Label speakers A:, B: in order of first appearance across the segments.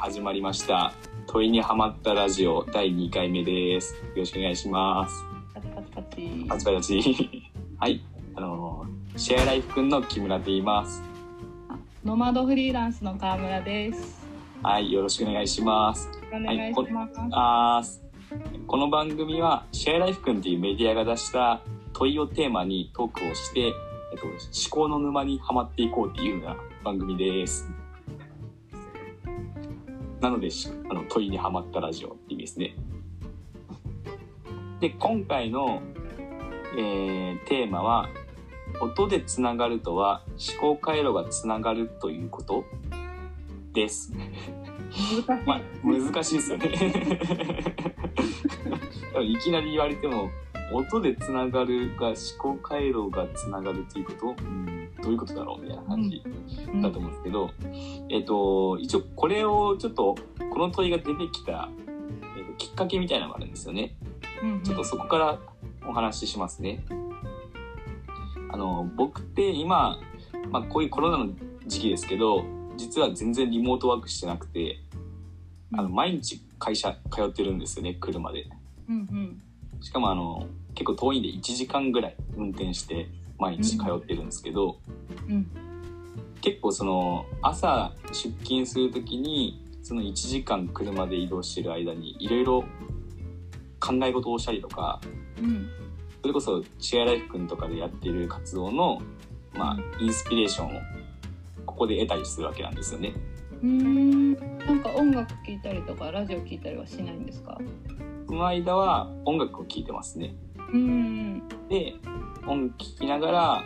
A: 始まりました問いにはまったラジオ第2回目ですよろしくお願いします
B: パチパチパチ。
A: パチパチ はいあのシェアライフくんの木村と言います
B: ノマドフリーランスの川村です。
A: はいよろしくお願いします
B: お願いします。
A: あーこの番組はシェアライフくんっていうメディアが出した問いをテーマにトークをして、えっと、思考の沼にはまっていこうっていうような番組ですなのでしあの問いにはまったラジオっていう意味ですねで今回の、えーテーマは音でつながるとは思考回路がつながるということです
B: 難しい。
A: まあ、難しいですよね いきなり言われても音でつながるが思考回路がつながるっていうこと、うんどういうことだろうみたいな感じ
B: うん
A: だと思うんですけど、えっ、と一応これをちょっとこの問いが出てきた、えっときっかけみたいなのがあるんですよね。
B: うん
A: ちょっとそこからお話ししますね。あの僕って今、まあ、こういうコロナの時期ですけど実は全然リモートワークしてなくてあの毎日会社通ってるんですよね車で
B: うんうん
A: しかもあの結構遠いんで1時間ぐらい運転して毎日通ってるんですけど、
B: うん
A: 結構その朝出勤する時にその1時間車で移動してる間にいろいろ考え事をしたりとか
B: うん
A: それこそシェアライフくんとかでやってる活動の、まあ、インスピレーションをここで得たりするわけなんですよね。
B: うーん。なんか音楽聞いたりとかラジオ聞いたりはしないんですか。
A: その間は音楽を聴いてますね。
B: うん
A: で音聴きながら、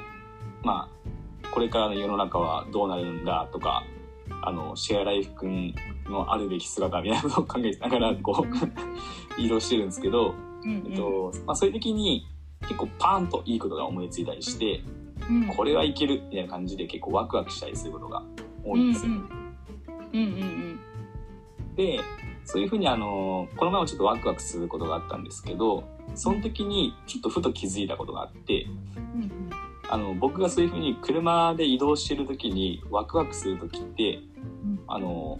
A: まあ、これからの世の中はどうなるんだとかあのシェアライフくんのあるべき姿みたいなことを考えながらこう移動してるんですけど、
B: うんうん。
A: えっとまあ、そういう時に結構パーンといいことが思いついたりして
B: うん
A: これはいけるみたいな感じで結構ワクワクしたりすることが多いんですよ。
B: うんうんうん
A: でそういうふうにあのこの前もちょっとワクワクすることがあったんですけどその時にちょっとふと気づいたことがあって
B: うん
A: あの僕がそういうふうに車で移動してる時にワクワクする時って
B: うん。
A: あの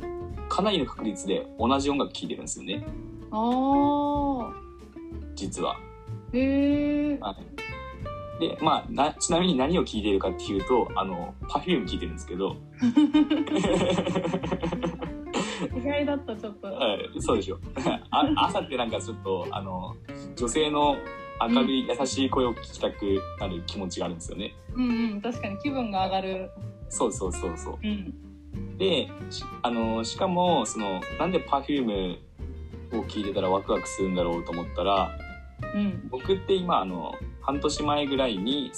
A: かなりの確率で同じ音楽聴いてるんですよね
B: ああ。
A: 実は。
B: へえ。
A: はい、でまあなちなみに何を聴いてるかっていうとあの Perfume 聴いてるんですけ ど
B: 意外だったちょっと。
A: はい、そうでしょ あ朝ってなんかちょっとあの女性の明るい優しい声を聞きたくなる気持ちがあるんですよね。
B: うんうん確かに気分が上がる。
A: そうそうそうそう
B: うん
A: でしあのしかもそのなんで Perfume を聞いてたらワクワクするんだろうと思ったら
B: うん
A: 僕って今あの半年前ぐらいに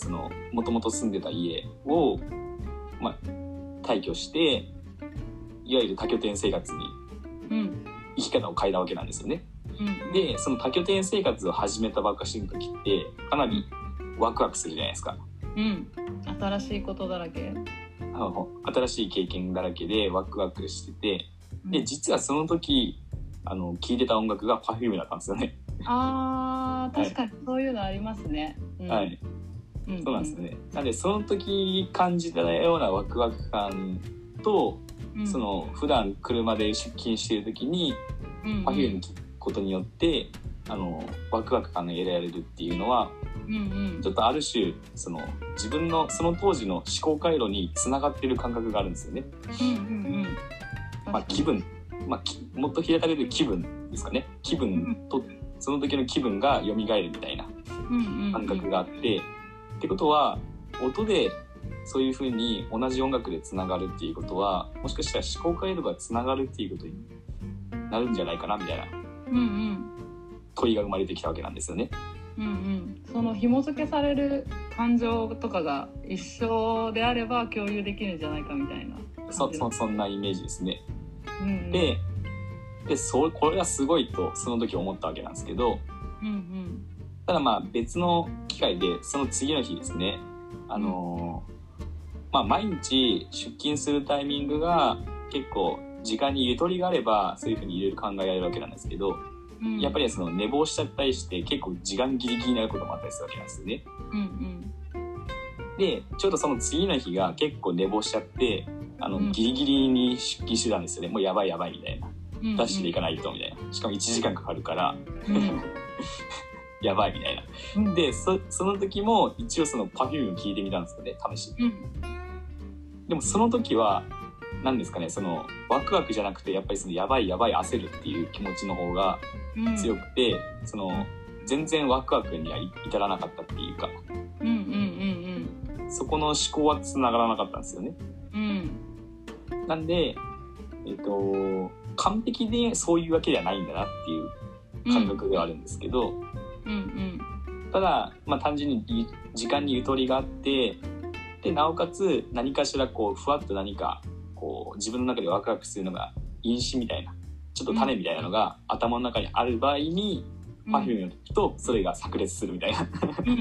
A: もともと住んでた家を、まあ、退去していわゆる多拠点生活に
B: うん
A: 生き方を変えたわけなんですよね。
B: うん。
A: でその多拠点生活を始めたばっかしの時ってかなりワクワクするじゃないですか
B: うん。新しいことだらけ。
A: あの新しい経験だらけでワクワクしてて
B: う
A: で
B: ん
A: 実はその時あの聴いてた音楽が Perfume だったんですよね、
B: あー
A: はい
B: 確かにそういうのありますね。うん
A: はいそうなんです。ねなんでその時感じたようなワクワク感と、
B: うん
A: そ、の普段車で出勤してる時に
B: うんうん
A: Perfume に聴くことによってあのワクワク感が得られるっていうのは
B: うんうん
A: ちょっとある種その自分のその当時の思考回路につながってる感覚があるんですよね。
B: うんうんうん。
A: まあ、気分、まあ、きもっと開かれる気分ですかね気分とその時の気分が蘇るみたいな感
B: 感
A: 覚があって、ってことは音でそういうふうに同じ音楽でつながるっていうことはもしかしたら思考回路がつながるっていうことになるんじゃないかなみたいな
B: うんうん
A: 問いが生まれてきたわけなんですよね。
B: うんうん。その紐付けされる感情とかが一緒であれば共有できるんじゃないかみたいな。
A: そそそんなイメージですね。
B: うんうん、
A: ででそこれがすごいとその時思ったわけなんですけど
B: うん
A: ただまあ別の機会でその次の日ですねあのーまあ毎日出勤するタイミングが結構時間にゆとりがあればそういうふうにいろいろ考えられるわけなんですけど
B: うんうん。
A: やっぱ
B: り。
A: りその寝坊しちゃったりして結構時間ギリギリになることもあったりするわけなんですよね。
B: うん
A: でちょっとその次の日が結構寝坊しちゃってあの
B: うん
A: ギリギリに出勤してたんですよねもうやばいやばいみたいな。
B: うん
A: ダッシュで行かないとみたいなしかも1時間かかるからやばいみたいな
B: うん
A: でそその時も一応その Perfume 聞いてみたんですよね試しに
B: うん
A: でもその時は何ですかねそのワクワクじゃなくてやっぱりそのやばいやばい焦るっていう気持ちの方が
B: うん
A: 強くて、その全然ワクワクにはい至らなかったっていうか
B: うんうん
A: そこの思考はつながらなかったんですよね
B: うんうん
A: なんでえっ、と完璧でそういうわけではないんだなっていう
B: うん
A: 感覚ではあるんですけど、
B: うん
A: ただ、まあ、単純にい時間にゆとりがあってでなおかつ何かしらこうふわっと何かこう自分の中でワクワクするのが因子みたいなちょっと種みたいなのが頭の中にある場合に、
B: うん
A: Perfume を聞くとそれが炸裂するみたいな
B: うんうん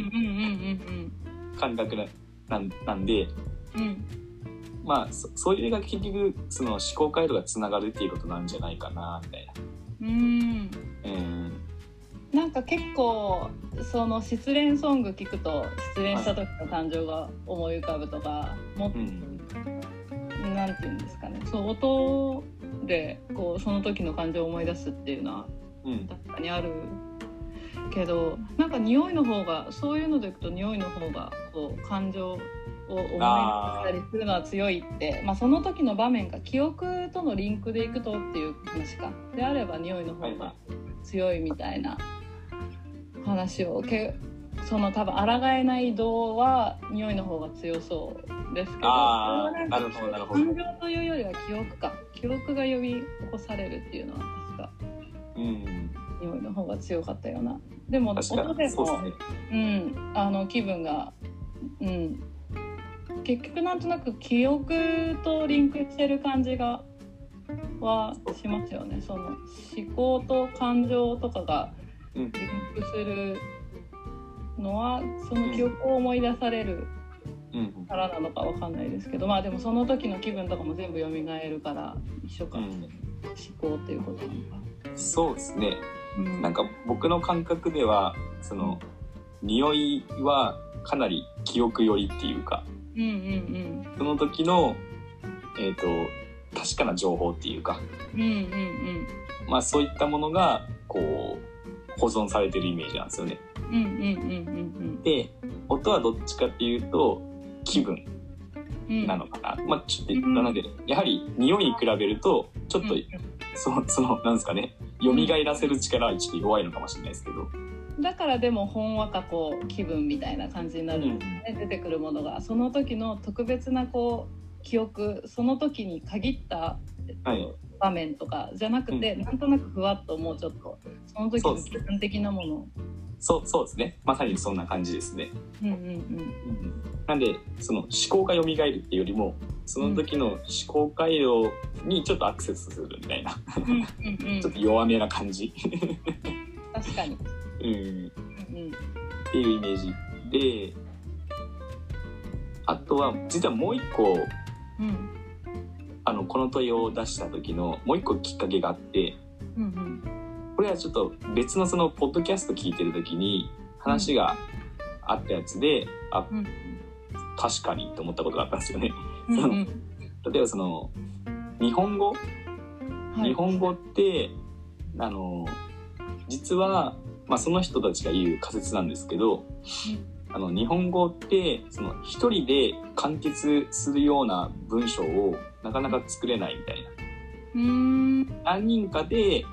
B: うん
A: 感覚ななんなんで、
B: うんうんうん
A: まあ、そそういうのが結局その思考回路がつながるっていうことなんじゃないかなみたいな。
B: うん
A: うん
B: なんか結構その失恋ソング聞くと失恋した時の感情が思い浮かぶとかもっ
A: う
B: と
A: ん
B: なんていうんですかねそう音でこうその時の感情を思い出すっていうのは
A: うん
B: 確かにあるけどなんか匂いの方がそういうのでいくと匂いの方がこう感情を思い出したりするのは強いってまあ、その時の場面が記憶とのリンクでいくとっていう話かであれば匂いの
A: は
B: 方
A: いは
B: が
A: い
B: 強いみたいな話をけその多分抗えない移動は匂いの方が強そうですけど
A: あ
B: それ
A: ー
B: は
A: なんる
B: か
A: ほどなるほど。
B: 感情というよりは記憶か記憶が呼び起こされるっていうのは確か
A: うん、
B: 匂いの方が強かったようなでも
A: 確
B: 音
A: か
B: で
A: にそう
B: も
A: ですね。
B: うん、あの気分が、うん、結局なんとなく記憶とリンクしてる感じがはしますよねその思考と感情とかが
A: うん
B: リンクするのはその記憶を思い出される
A: うん
B: からなのかわかんないですけどまあでもその時の気分とかも全部蘇るから一緒か、
A: う
B: 思
A: ん
B: 考っていうことなのか。
A: そうですね。
B: うん
A: なんか僕の感覚ではその匂いはかなり記憶寄りっていうか
B: うんうん
A: その時のえっ、と確かな情報っていうか
B: うんうんうん
A: まあそういったものがこう保存されてるイメージなんですよね。
B: うんうんうんうん
A: で音はどっちかっていうと気分
B: うんうん
A: なのかな、まあちょっとなのでやはり匂いに比べるとちょっとそのそのなんですかね蘇らせる力はちょっと弱いのかもしれないですけど。
B: だからでもほんわかこう気分みたいな感じになるんですね、出てくるものがその時の特別なこう記憶その時に限った、えっと
A: はい
B: 場面とかじゃなくて、
A: う
B: なんとなくふわっともうちょっとその時
A: そう
B: の
A: です
B: 気分的なものう,、
A: そうそうですねまさにそんな感じですね。
B: んうん
A: なんでその思考が蘇るっていうよりもその時の思考回路にちょっとアクセスするみたいな
B: うんうんうんうん
A: ちょっと弱めな感 じ、
B: 確かに、
A: うん、
B: うんうん、
A: っていうイメージであとは実はもう一個
B: うん
A: あのこの問いを出した時のもう一個きっかけがあって
B: うん
A: これはちょっと別のそのポッドキャスト聞いてる時に話があったやつであ、
B: うん
A: 確かにと思ったことがあったんですよね。
B: うんうん
A: 例えばその日本語
B: うんはい
A: 日本語ってあの実は、まあ、その人たちが言う仮説なんですけど、あの日本語ってその一人で完結するような文章をなかなか作れないみたいな
B: うーん
A: 何人かで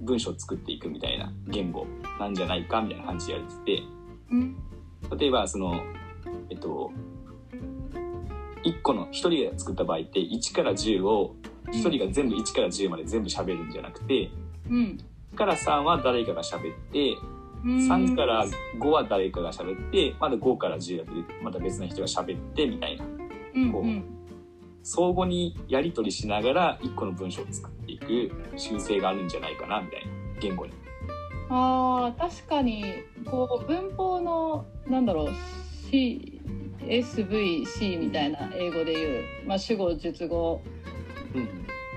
A: 文章を作っていくみたいな言語なんじゃないかみたいな感じでやって
B: うん
A: て例えばそのえっと1個の1人で作った場合って1から10を1人が全部1から10まで全部喋るんじゃなくて
B: うん
A: 1から3は誰かが喋って
B: うん
A: 3から5は誰かが喋ってまだ5から10だとまた別の人が喋ってみたいな
B: うん
A: こう
B: うん
A: 相互にやり取りしながら1個の文章を作っていく習性があるんじゃないかなみたいな言語に。
B: あー確かにこう文法のなんだろう CSVC みたいな英語で言う、まあ、主語述語
A: うん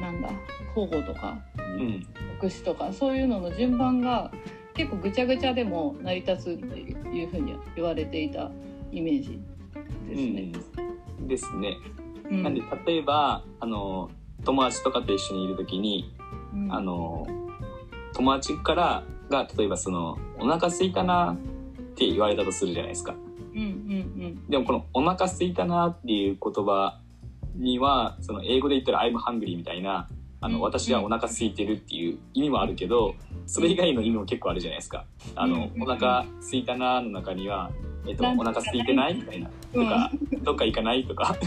B: なんだ交互とか
A: うん
B: 副詞とかそういうのの順番が結構ぐちゃぐちゃでも成り立つというふうに言われていたイメージですね。
A: うん、ですね。
B: うん
A: なんで例えばあの友達とかと一緒にいる時に
B: うん
A: あの友達からが例えばその「お腹空いたな」って言われたとするじゃないですか。
B: うんうん
A: でもこの「お腹空いたな」っていう言葉にはその英語で言ったら「I'm hungry」みたいなあ
B: う
A: の
B: ん
A: 私はお腹空いてるっていう意味もあるけどそれ以外の意味も結構あるじゃないですか。あの
B: うん
A: お腹空いたなの中にはえっと、
B: ラン
A: お
B: チ
A: 腹空いてないみたいな、
B: うん
A: とか、どっか行かないとか、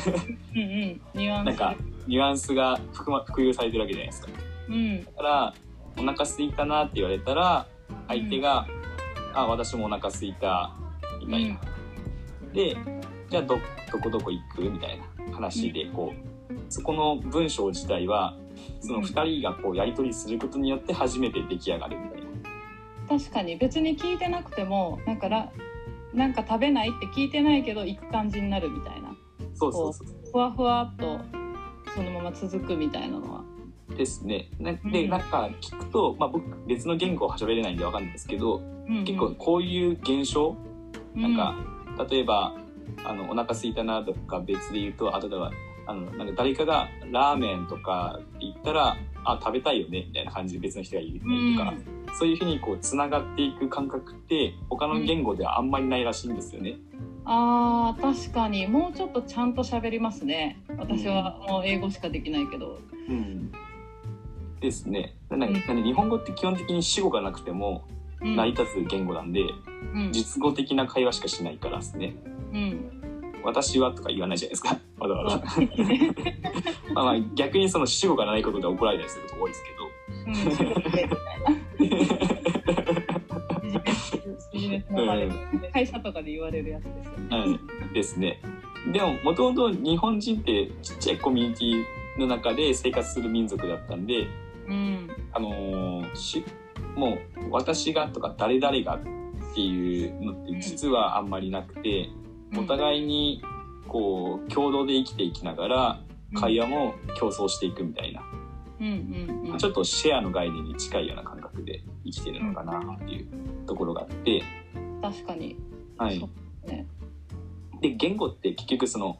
B: うんうんうんニュアンス
A: なんか、ニュアンスが含ま含有されてるわけじゃないですか。
B: うん
A: だからお腹空いたなって言われたら相手が「あ私もお腹空いた」みたいな。でじゃあどどこどこ行くみたいな話でこうそこの文章自体はその2人がこうやり取りすることによって初めて出来上がるみたいな。
B: 確かに別に聞いてなくてもなんからなんか食べないって聞いてないけど行く感じになるみたいな
A: そうそうそう
B: ふわふわっとそのまま続くみたいなのは
A: ですね。な
B: う
A: で
B: ん
A: なんか聞くと、まあ、僕別の言語を喋れないんでわかんないですけど結構こういう現象なんか、例えばあのお腹空いたなとか別で言うとあ例えばあのなんか誰かがラーメンとかって言ったらあ食べたいよねみたいな感じで別の人が言ったりとか、そういうふうにこうつながっていく感覚って他の言語ではあんまりないらしいんですよね。
B: あー確かにもうちょっとちゃんと喋りますね私はもう英語しかできないけど、
A: うんですね。なんか
B: うん
A: なんで日本語って基本的に主語がなくても
B: うん、
A: 成り立つ言語なんで、
B: うん、
A: 実語的な会話しかしないからですね。
B: うん
A: 私はとか言わないじゃないですか。 わざわざ。まあまあ逆にその主語がないことで怒られたりすること多いですけど。
B: うん仕事でみたいなビジネスビジネスの場で会社とかで言われるやつですよね、
A: うん、ですね。でも、もともと日本人ってちっちゃいコミュニティの中で生活する民族だったんで、
B: うん
A: あのーし、もう私がとか誰々がっていうのって実はあんまりなくて、お互いにこう、共同で生きていきながら、会話も競争していくみたいな、
B: うんうんうん
A: ちょっとシェアの概念に近いような感覚で生きてるのかなっていうところがあって、
B: 確かに
A: はい
B: そ。うね
A: で言語って結局その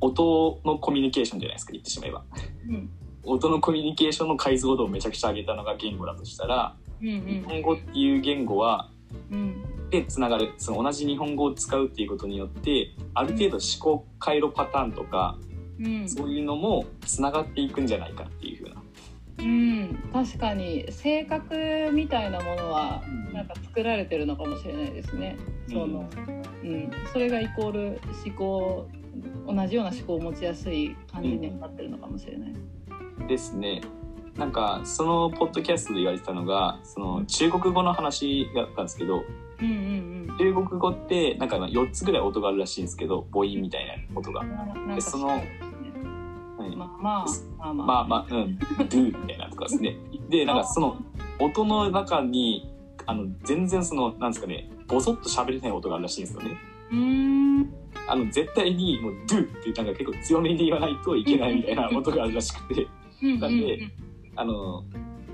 A: 音のコミュニケーションじゃないですか言ってしまえば
B: うん
A: 音のコミュニケーションの解像度をめちゃくちゃ上げたのが言語だとしたら、
B: うん
A: 日本語っていう言語は
B: うんうん
A: でつながるその同じ日本語を使うっていうことによってある程度思考回路パターンとか、
B: うん
A: そういうのもつながっていくんじゃないかっていうふうな、
B: うん、確かに性格みたいなものはなんか作られてるのかもしれないですね。そのうん、それがイコール思考同じような思考を持ちやすい感じになってるのかもしれない。
A: ですねなんかそのポッドキャストで言われてたのがその中国語の話だったんですけど、
B: うんうん
A: 中国語ってなんか4つぐらい音があるらしいんですけど母音みたいな音が、
B: う
A: は
B: ん。なんか
A: その
B: そうですね
A: い
B: まあまあまあ
A: まあまあうん「do」みたいなとかですねでなんかその音の中にあの全然そのなんですかねボソッと喋れない音があるらしいんですよね
B: うーん
A: あの絶対にもう「do」ってなんか結構強めに言わないといけないみたいな音があるらしくて
B: うん
A: なんであの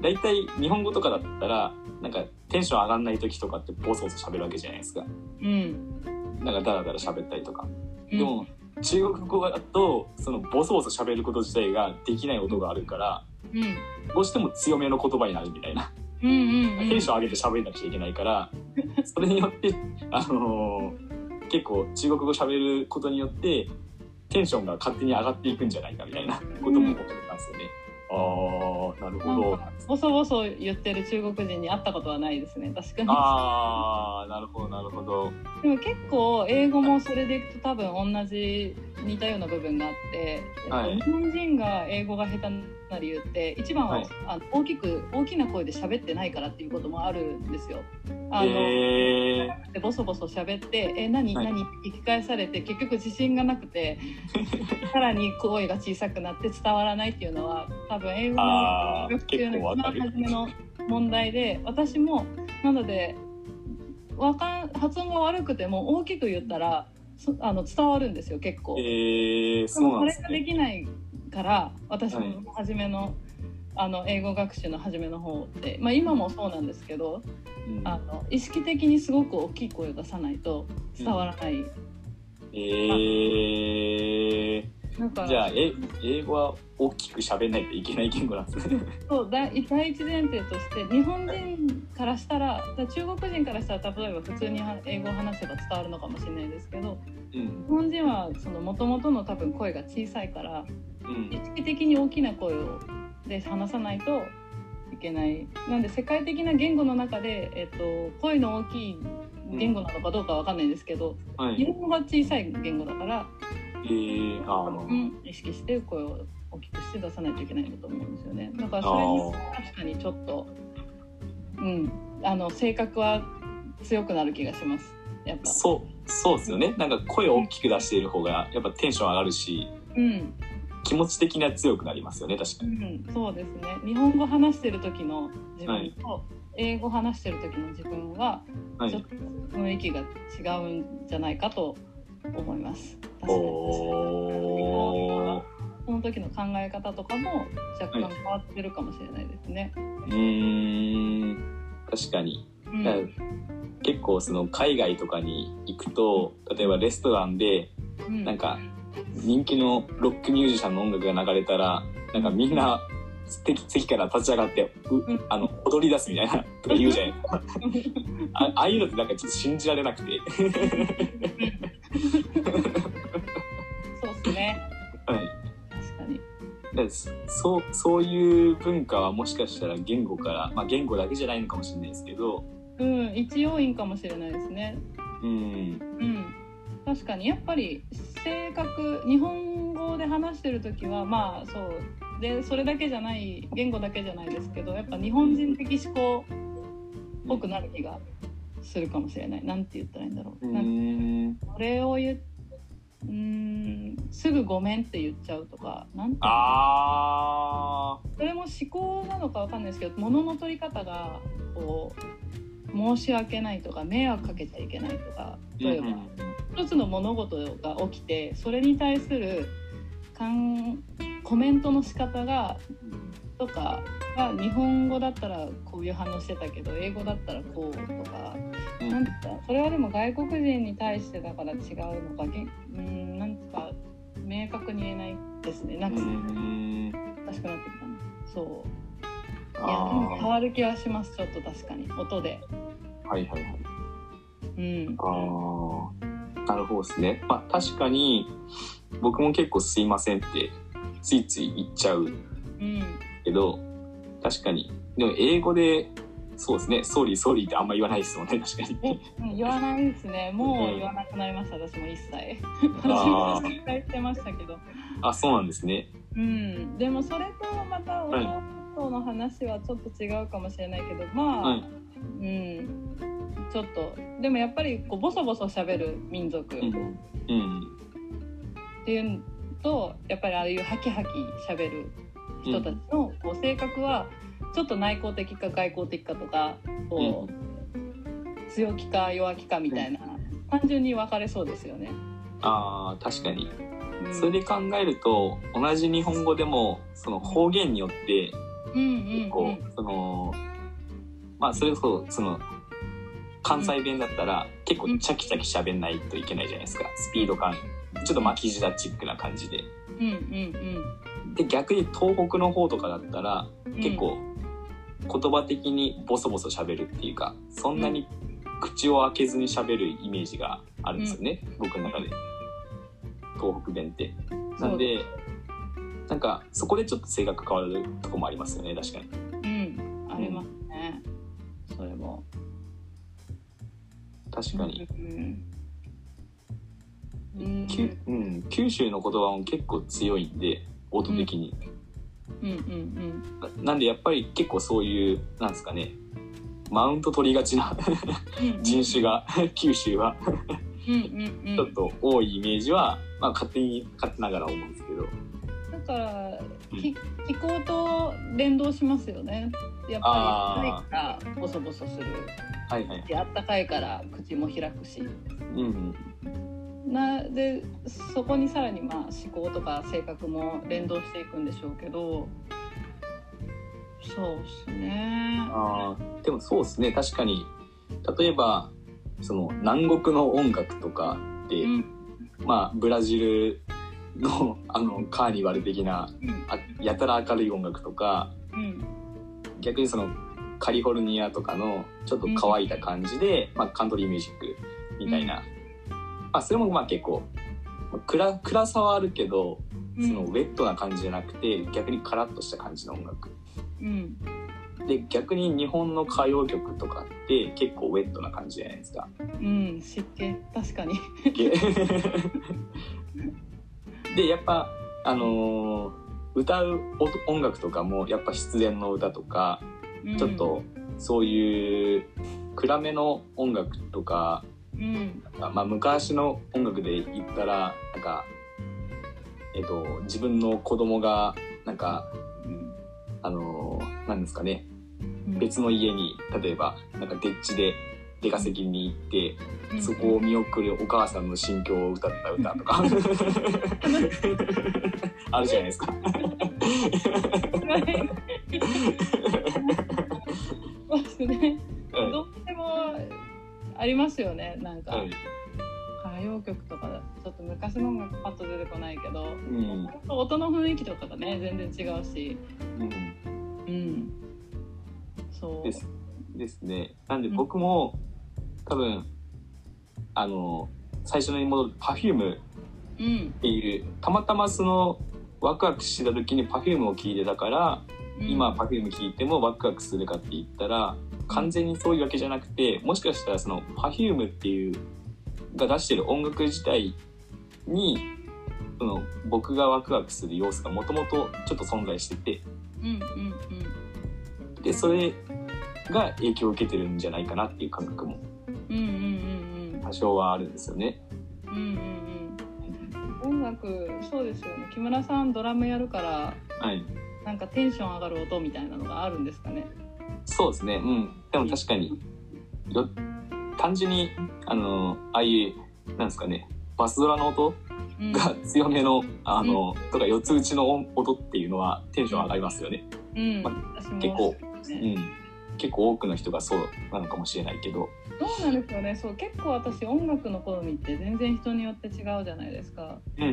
A: 大体日本語とかだったらなんかテンション上がんない時とかってボソボソ喋るわけじゃないですか
B: うんうん
A: なんかダラダラ喋ったりとか
B: うん
A: でも中国語だとそのボソボソ喋ること自体ができない音があるから
B: うん
A: どうしても強めの言葉になるみたいな
B: うんうんうん
A: テンション上げて喋んなくちゃいけないからそれによって、あのー結構中国語喋ることによってテンションが勝手に上がっていくんじゃないかみたいなことも思ってたんですよね。あーなる
B: なん
A: ほど
B: かボソボソ言ってる中国人に会ったことはないですね確かに
A: あーなるほどなるほど。
B: でも結構英語もそれでいくと多分同じ似たような部分があって、
A: はい
B: 日本人が英語が下手な理由って一番は、
A: はい
B: あの大きく大きな声で喋ってないからっていうこともあるんですよ。あの
A: えー、
B: でボソボソ喋って「え何
A: はい
B: 何?」って聞き返されて結局自信がな くてさらに声が小さくなって伝わらないっていうのは多分英語
A: あ
B: の
A: ー結構わかる
B: 一番初めの問題で私もなのでわかん発音が悪くても大きく言ったらそあの伝わるんですよ結構。
A: えー、
B: で
A: そう
B: も
A: な
B: そ
A: んです
B: れがで
A: ね。
B: きないから私
A: はい
B: も初めの,、あの英語学習の初めの方って、まあ、今もそうなんですけど
A: うん
B: あの意識的にすごく大きい声を出さないと伝わらない、
A: えー
B: なんから
A: じゃあえ英語は大きく喋んないといけない言語なんですね
B: そうだ第一前提として日本人からしたらだ中国人からしたら例えば普通には英語を話せば伝わるのかもしれないですけど
A: うん
B: 日本人はその元々の多分声が小さいから
A: うん
B: 意識的に大きな声をで話さないといけないなんで世界的な言語の中で、えっと、声の大きい言語なのかどうかわかんないですけど、
A: は
B: 日
A: い
B: 本語が小さい言語だから、
A: えー、あ
B: う
A: ー
B: ん、意識して声を大きくして出さないといけないんだと思うんですよねだからそれに確かにちょっとうんあの性格は強くなる気がしますやっぱ
A: そうそうですよねなんか声を大きく出している方がやっぱテンション上がるし
B: うん、
A: 気持ち的には強くなりますよね確か
B: う
A: に
B: ん、そうですね日本語話してる時の自分と英語話してる時の自分は
A: は
B: ちょっ
A: い
B: と雰囲気が違うんじゃないかと思います確かに
A: おー
B: その時の考え方とかも若干
A: はい
B: 変わってるかもしれないですね、
A: うーん確かに
B: うん
A: だから結構その海外とかに行くと例えばレストランで
B: うん
A: なんか人気のロックミュージシャンの音楽が流れたらなんかみんな席席から立ち上がってう
B: うん
A: あの踊り出すみたいなとか言うじゃな いですかあああいうのってなんかちょっと信じられなくて、
B: そうですね
A: はい、
B: 確かに
A: だからそそうそういう文化はもしかしたら言語から、まあ、言語だけじゃないのかもしれないですけど
B: うん一要因かもしれないですね
A: うん
B: うん確かにやっぱり性格日本語で話してる時はまあそうでそれだけじゃない言語だけじゃないですけどやっぱ日本人的思考っぽくなる気がするかもしれないなんて言ったらいいんだろう
A: う
B: なんか
A: ん
B: それを言ううーんすぐ「ごめん」って言っちゃうとかなんて言うの
A: あ
B: それも思考なのかわかんないですけど物の取り方がこう申し訳ないとか迷惑かけちゃいけないとか
A: ー
B: 例えば
A: うん
B: 一つの物事が起きてそれに対する感コメントの仕方がとかが日本語だったらこういう反応してたけど英語だったらこうとか
A: うんうん
B: なんて言ったそれはでも外国人に対してだから違うのかげんうんなんか明確に言えないですねなんか
A: うん
B: おかしくなってきたなそういやでも変
A: あ
B: わる気はしますちょっと確かに音で
A: ーはいはいはい
B: うん
A: あーなるほどですねまあ確かに僕も結構「すいません」ってついつい言っちゃう
B: うん
A: けど確かにでも英語でそうですね「ソーリーソーリー」ってあんま言わないですもんね確かに。
B: うん言わないですねもう言わなくなりました私も一切
A: あ
B: 私も一回してましたけど
A: あそうなんですね。
B: うんでもそれとまた
A: はい
B: 音との話はちょっと違うかもしれないけどまあ、
A: はい
B: うんちょっとでもやっぱりこうボソボソ喋る民族
A: う
B: っ
A: んうん
B: ていうのとやっぱりああいうハキハキ喋る人たちのこう性格はちょっと内向的か外向的かとかこう強気か弱気かみたいな単純に分かれそうですよね。
A: あー確かに
B: うん
A: それで考えると同じ日本語でもその方言によって
B: うんうんうん
A: こうそのまあそれこそその関西弁だったら結構チャキチャキ喋んないといけないじゃないですかスピード感ちょっと巻き舌チックな感じで。
B: うんうん
A: で逆に東北の方とかだったら
B: うん
A: 結構言葉的にボソボソ喋るっていうかそんなに口を開けずに喋るイメージがあるんですよね、僕の中で東北弁ってなんでなんかそこでちょっと性格変わるとこもありますよね確かに
B: そううんありますね。それも。
A: 確かに、
B: うんうん
A: きゅうん、九州の言葉も結構強いんで音的に、
B: うんうん
A: ななんでやっぱり結構そういうなんですかねマウント取りがち な
B: うん
A: 人種が九州は
B: うんうんうん
A: ちょっと多いイメージは、まあ、勝手に勝手ながら思うんですけど
B: だから、
A: うん
B: き気候と連動しますよね。やっぱ
A: あ
B: り暑いからボソボソする
A: はいはい
B: し、あったかいから口も開くし。
A: うん
B: なでそこにさらにまあ思考とか性格も連動していくんでしょうけどそうですね
A: あーでもそうですね確かに例えばその南国の音楽とかって、
B: うん
A: まあブラジルのあのカーニバル的な
B: うん
A: あやたら明るい音楽とか
B: うん
A: 逆にそのカリフォルニアとかのちょっと乾いた感じで、まあ、カントリーミュージックみたいな、まあ、それもまあ結構まあ暗暗さはあるけど
B: う
A: そ
B: ん
A: のウェットな感じじゃなくて逆にカラッとした感じの音楽
B: うん
A: で逆に日本の歌謡曲とかって結構ウェットな感じじゃないです か。
B: うん湿気確かに
A: けでやっぱあのー歌う音音楽とかもやっぱ失恋の歌とか
B: うん
A: ちょっとそういう暗めの音楽とか、
B: うん
A: まあ、昔の音楽で言ったらなんか、えっと、自分の子供がなんか
B: うん
A: あのーなんですかね
B: うん
A: 別の家に例えばなんかデッチで出稼ぎに行って
B: うん
A: そこを見送るお母さんの心境を歌った歌とか あるじゃない ですか。
B: そうですね
A: うん
B: どうしてもありますよねなんか、
A: はい
B: 歌謡曲とかちょっと昔の音楽パッと出てこないけど
A: うん
B: 音の雰囲気とかがね全然違うし
A: うん
B: うんそう
A: ですですね。なんで僕も、多分あの最初に戻る Perfume っ
B: うん
A: ていうたまたまそのワクワクしてた時に Perfume を聴いてたから、
B: うん
A: 今 Perfume 聴いてもワクワクするかって言ったら完全にそういうわけじゃなくてもしかしたらその Perfume っていうが出してる音楽自体にその僕がワクワクする要素がもともとちょっと存在してて
B: うんうん
A: でそれが影響を受けてるんじゃないかなっていう感覚も
B: うんうんうん
A: 多少はあるんですよね。
B: うんうんうんうん音楽そうですよね木村さんドラムやるから
A: はい、
B: なんかテンション上がる音みたいなのがあるんですかね
A: そうですね。うん、でも確かによ単純にあのああいうなんですかね、バスドラの音
B: うん
A: が強めのあの、とか四つ打ちの音音っていうのはテンション上がりますよね。
B: うん
A: ま
B: 私も
A: 結構
B: そうですね
A: うん、結構多くの人がそうなのかもしれないけど、
B: どうなんですよねそう結構私音楽の好みって全然人によって違うじゃないですか
A: うんう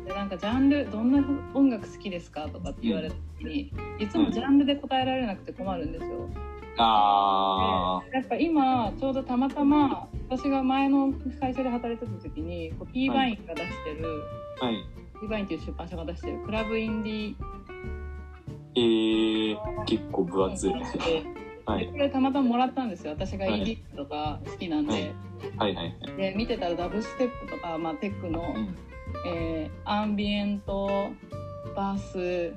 A: ん
B: でなんかジャンルどんな音楽好きですかとかって言われた時にいつもジャンルで答えられなくて困るんですよ
A: うん、あ
B: やっぱ今ちょうどたまたま私が前の会社で働いてた時にこう P バインが出してる、
A: あ、はい、
B: P バインっていう出版社が出してるクラブインディ
A: えー、結構分厚い。 はい、
B: これたまたまもらったんですよ私が ED とか好きなんで,、
A: はいはいはいはい。
B: で見てたらダブステップとか、まあ、テックの
A: う、ん
B: えーアンビエントバス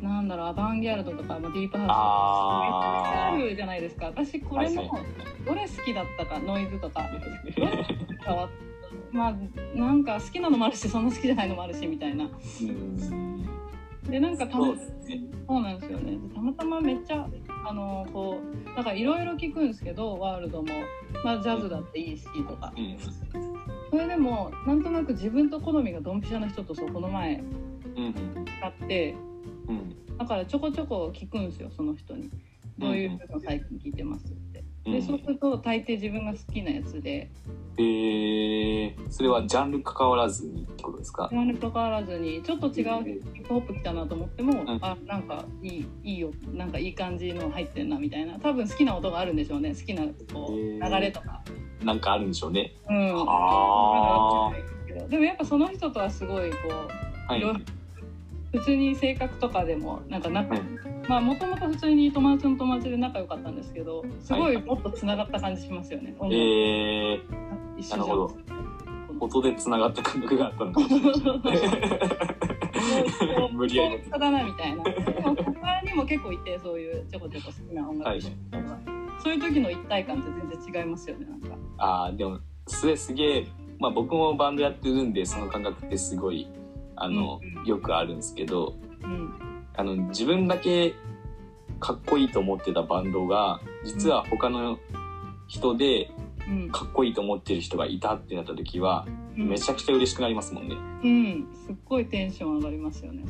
B: なんだろうアバンギャルドとか、まあ、ディープハ
A: あー
B: ウスとかめっちゃあるじゃないですか私これ
A: はいは
B: の
A: い
B: どれ好きだったかノイズ とかどれ変わっまあなんか好きなのもあるしそんな好きじゃないのもあるしみたいな
A: うん
B: でなんかたま
A: そうですね
B: そうなんですよねたまたまめっちゃあのこうだからいろいろ聞くんですけどワールドも、まあ、ジャズだっていいしとか
A: うん
B: それでもなんとなく自分と好みがドンピシャな人とそうこの前
A: うん
B: 買って
A: うん
B: だからちょこちょこ聞くんですよその人にどういうの最近聞いてますって、
A: うん。
B: でそうすると大抵自分が好きなやつで
A: えー、それはジャンル関わらずにってことですか
B: ジャンルと変わらずにちょっと違うヒップホップ来たなと思っても、
A: ん
B: あなんかいいいいよなんかいい感じの入ってんなみたいな多分好きな音があるんでしょうね好きなこう
A: へ
B: 流
A: ー
B: れとか。
A: なんかあるんでしょうね。
B: うん
A: あ
B: でもやっぱその人とはすごいこ
A: はいい。
B: ろいろう普通に性格とかでもなんか仲、
A: はい
B: まあもともと普通に友達の友達で仲良かったんですけどすごいもっとつながった感じしますよね、音楽
A: えー、
B: 一緒じゃ
A: なんるほど
B: この
A: 音でつながった感覚があったのかもしれない。無理やり。
B: だなみたいな。でも他にも結構いてそういうちょこちょこ好きな音楽人とか、そういう時の一体感って全然違いますよねなんか。
A: あーでもそれすげえ、まあ、僕もバンドやってるんでその感覚ってすごいあの、
B: うんうん
A: よくあるんですけど
B: うん
A: あの自分だけかっこいいと思ってたバンドが実は他の人で
B: うん
A: かっこいいと思ってる人がいたってなった時はめちゃくちゃ嬉しくなりますもんね。
B: うんすっごいテンション上がりますよね。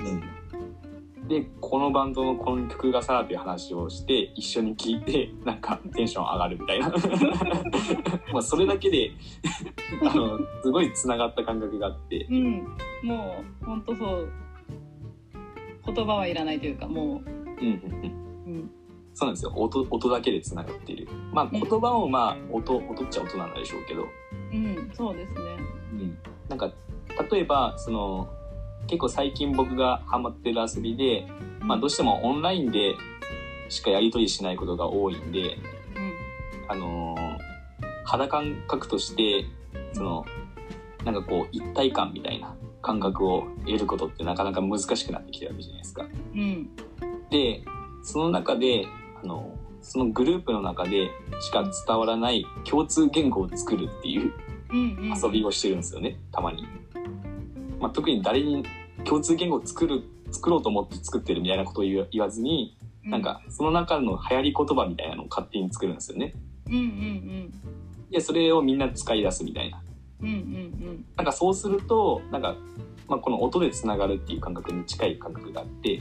A: でこのバンドのこの曲がさっていう話をして 一緒に 聴いてなんかテンション上がるみたいなまあそれだけで あのすごいつながった感覚があって
B: うん、もう本当そう言葉はいらないというか
A: うんうんう
B: も
A: ん
B: う、うん、
A: そうなんですよ音音だけでつながっているまあ言葉もまあ音音っちゃ音なんでしょうけど、
B: うん、そうですね
A: うん、なんか例えばその結構最近僕がハマってる遊びで、まあ、どう
B: し
A: してもオンラインでしかやり取りしないことが多いんで、
B: うん
A: あのー肌感覚としてそのなんかこう一体感みたいな感覚を得ることってなかなか難しくなってきてるわけじゃないですか。
B: うん
A: でその中で、あのそのグループの中でしか伝わらない共通言語を作るっていう
B: うんうん
A: 遊びをしてるんですよねたまに。まあ、特に誰に共通言語を作る作ろうと思って作ってるみたいなことを言わ言わずになんかその中の流行り言葉みたいなのを勝手に作るんですよね。
B: うんうん
A: でそれをみんな使い出すみたいな。
B: うんうんうん
A: なんかそうするとなんか、まあ、この音でつながるっていう感覚に近い感覚があって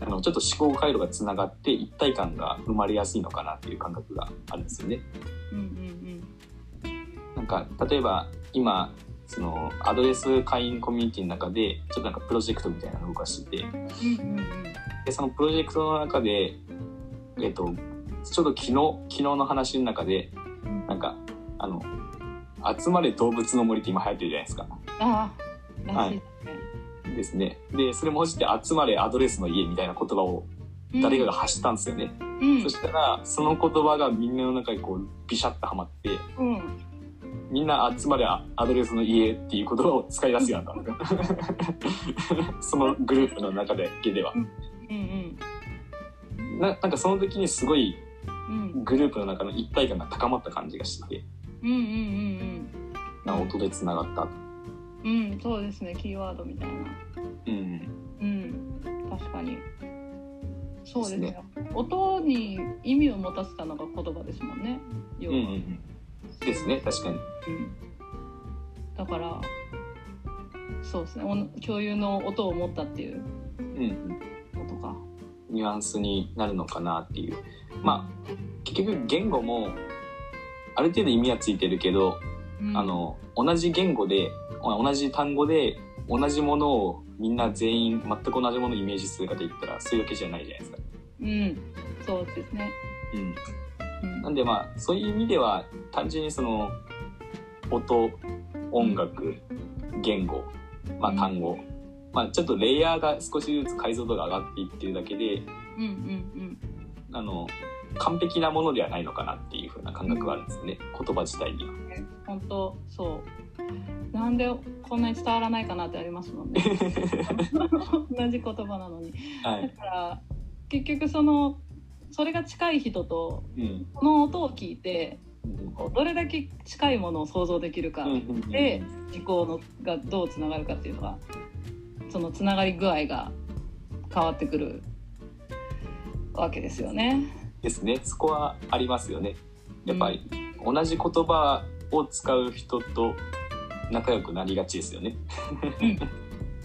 A: あのちょっと思考回路がつながって一体感が生まれやすいのかなっていう感覚があるんですよね。
B: うんうん
A: なんか例えば今そのアドレス会員コミュニティの中でちょっとなんかプロジェクトみたいなのを動かしてて
B: うんうんうん
A: でそのプロジェクトの中でえっとちょうど昨日昨日の話の中で
B: うん
A: なんかあの「集まれ動物の森」って今流行ってるじゃないですか。
B: ああらしい
A: ですね。でそれもして「集まれアドレスの家」みたいな言葉を
B: ですね
A: 誰かが発したんですよね。
B: うん
A: そしたらその言葉がみんなの中にこうビシャッとはまって
B: うん
A: みんな集まれアドレスの家っていう言葉を使い出すようになったんですよ そのグループの中だけでは
B: うん
A: ななんかその時にすごい
B: うん
A: グループの中の一体感が高まった感じがして
B: うんうんうん
A: なんか音でつながった、
B: うんうんそうですねキーワードみたいな
A: うん、
B: うん確かにそうです
A: で
B: ね音に意味を持たせたのが言葉ですもんね
A: う
B: 要
A: ん
B: は、
A: うんうんですね確かに
B: うんだからそうですねおん共有の音を持ったっていう
A: うんうん
B: ことか
A: ニュアンスになるのかなっていうまあ結局言語もある程度意味はついてるけど
B: うん
A: あの同じ言語でまあ同じ単語で同じものをみんな全員全く同じものをイメージするかといったらそういうわけじゃないじゃないですか。
B: うんそうですね
A: うん、なんでまあそういう意味では単純にその音音楽言語、まあ、
B: うん
A: 単語、まあ、ちょっとレイヤーが少しずつ解像度が上がっていってるだけで
B: うんうん
A: あの完璧なものではないのかなっていうふうな感覚はあるんですね言葉自体には。
B: うんうん本当そうなんでこんなに伝わらないかなってありま すもんね同じ言葉なのに
A: は
B: だ
A: い
B: から結局そのそれが近い人と
A: うん
B: この音を聞いて
A: うん
B: こうどれだけ近いものを想像できるか
A: うんうんうん
B: で思考のがどうつながるかっていうのがそのつながり具合が変わってくるわけですよね。
A: ですねそこはありますよねやっぱり同じ言葉を使う人と仲良くなりがちですよね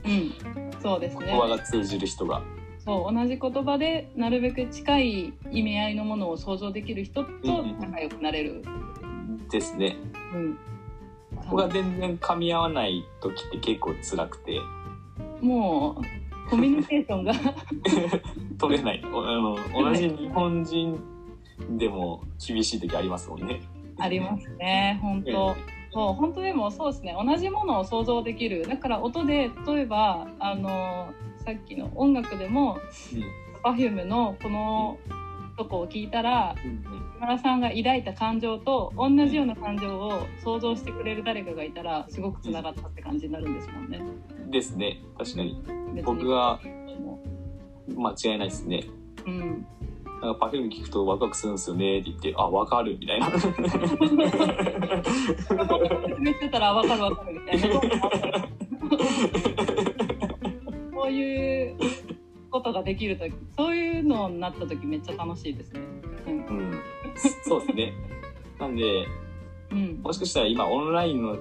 B: うん、そうです
A: 言
B: ね
A: 葉が通じる人が
B: そう同じ言葉でなるべく近い意味合いのものを想像できる人と仲良くなれる。
A: ですね
B: うん
A: ここが全然噛み合わない時って結構辛くて
B: もうコミュニケーションが
A: 取れないおあの同じ日本人でも厳しい時ありますもんね
B: ありますね本当。そう本当でもそうですね同じものを想像できるだから音で例えばあのさっきの音楽でも Perfume のこのとこを聞いたら
A: うん
B: 木村さんが抱いた感情と同じような感情を想像してくれる誰かがいたらすごくつながったって感じになるんですもんね。
A: うんですね確かに
B: 別に
A: 僕は間違いないですね
B: うん、
A: なんか Perfume 聞くとワクワクするんですよねって言ってあわかるみたいな
B: 説明してたら分かる分かるみたいなこういうことができるとそういうのになった時めっちゃ楽しいですね。
A: うんそうですね。なんで、
B: うん、うん
A: もしかしたら今オンラインの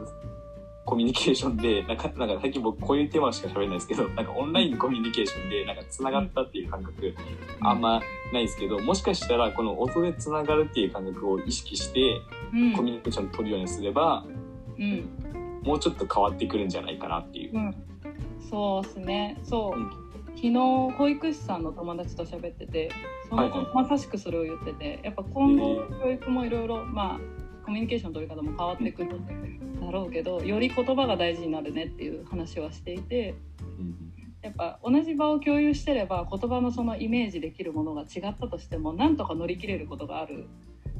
A: コミュニケーションで、なんか、なんか最近僕こういうテーマしか喋れないですけど、なんかオンラインのコミュニケーションで、なんか繋がったっていう感覚、あんまないですけど、もしかしたらこの音で繋がるっていう感覚を意識して、
B: うん
A: コミュニケーション取るようにすれば、
B: うん
A: もうちょっと変わってくるんじゃないかなっていう。
B: うんそうですねそう、
A: うん
B: 昨日保育士さんの友達と喋っててその子
A: はいはい
B: まさしくそれを言っててやっぱ今後教育もいろいろまあコミュニケーション取り方も変わってくるだろうけどより言葉が大事になるねっていう話はしていてやっぱ同じ場を共有してれば言葉のそのイメージできるものが違ったとしてもなんとか乗り切れることがある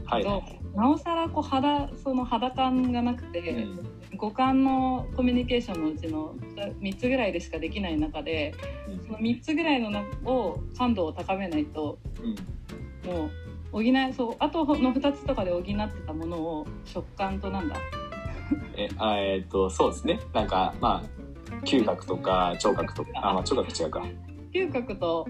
A: は
B: け
A: い
B: ど、なおさらこう肌その肌感がなくて。
A: うん
B: 五感のコミュニケーションのうちの3つぐらいでしかできない中でその3つぐらいのなを感度を高めないと
A: うん
B: もう補えそうあとの2つとかで補ってたものを食感となんだ
A: えあえっとそうですねなんかまあ嗅覚とか聴覚とかあまあ聴覚違うか
B: 嗅覚と,、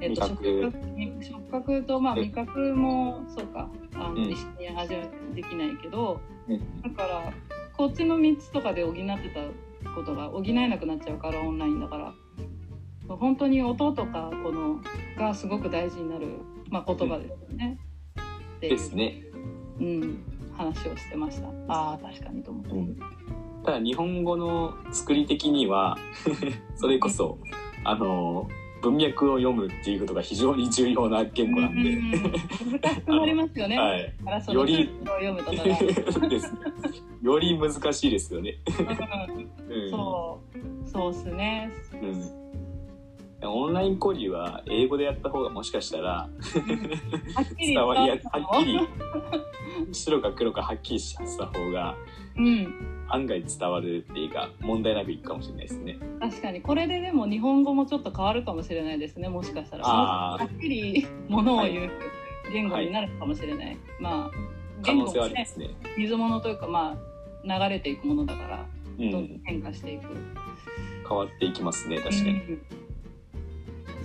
B: えっと
A: 味覚
B: 触覚み触覚と、まあ、
A: うん
B: 味覚もそうかあの、
A: うん
B: 一緒に味はできないけど
A: うん
B: だからこっちの3つとかで補ってたことが補えなくなっちゃうからオンラインだから本当に音とかこのがすごく大事になる、まあ、言葉ですよね。っていう
A: ですね、
B: うん、話をしてました。ああ確かにと思って。
A: うん、ただ日本語の作り的には それこそあの文脈を読むっていうことが非常に重要な言語なんで、
B: うん難しくなりますよね。
A: は
B: だ
A: い
B: からその
A: より
B: 空気を読むとかが
A: ですねより難しいですよね、
B: うん
A: うん、
B: そう、そうですね。
A: うんオンライン交流は英語でやった方がもしかしたら
B: はっきり
A: 伝わりや
B: 伝わったの
A: はっきり白か黒かはっきりした方が
B: うん、
A: 案外伝わるっていうか問題なくいくかもしれないですね。
B: 確かにこれででも日本語もちょっと変わるかもしれないですね。もしかしたら
A: あ
B: は
A: ー
B: っきりものを言う言語になるかもしれない。まあ
A: 可
B: 言
A: 能
B: 語
A: 性は
B: も
A: ありま
B: ね
A: すね。
B: 水物というかまあ流れていくものだから
A: う
B: どんどん
A: ん、
B: 変化していく。
A: 変わっていきますね確かに。
B: うん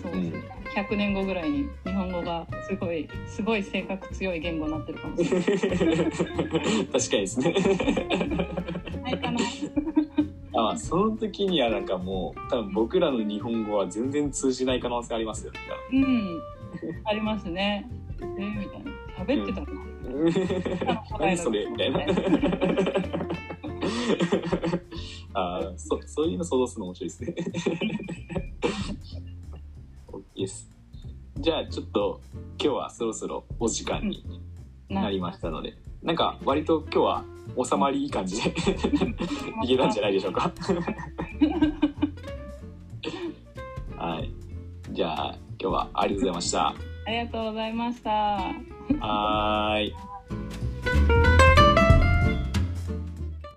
B: そうですね。100年後ぐらいに日本語がすごいすごい性格強い言語になってるかもし れない。
A: 確かにですね。
B: ないかな。
A: あまあその時にはなんかもう多分僕らの日本語は全然通じない可能性ありますよ。
B: うん。ありますね。えー、みたいな。喋ってたの、
A: 何それみ たいな。あーそそういうの想像するの面白いですね。OK です。じゃあちょっと今日はそろそろお時間になりましたので、なんか割と今日は収まりいい感じでいけたんじゃないでしょうか。はい。じゃあ今日はありがとうございました。
B: ありがとうございました。
A: はーい。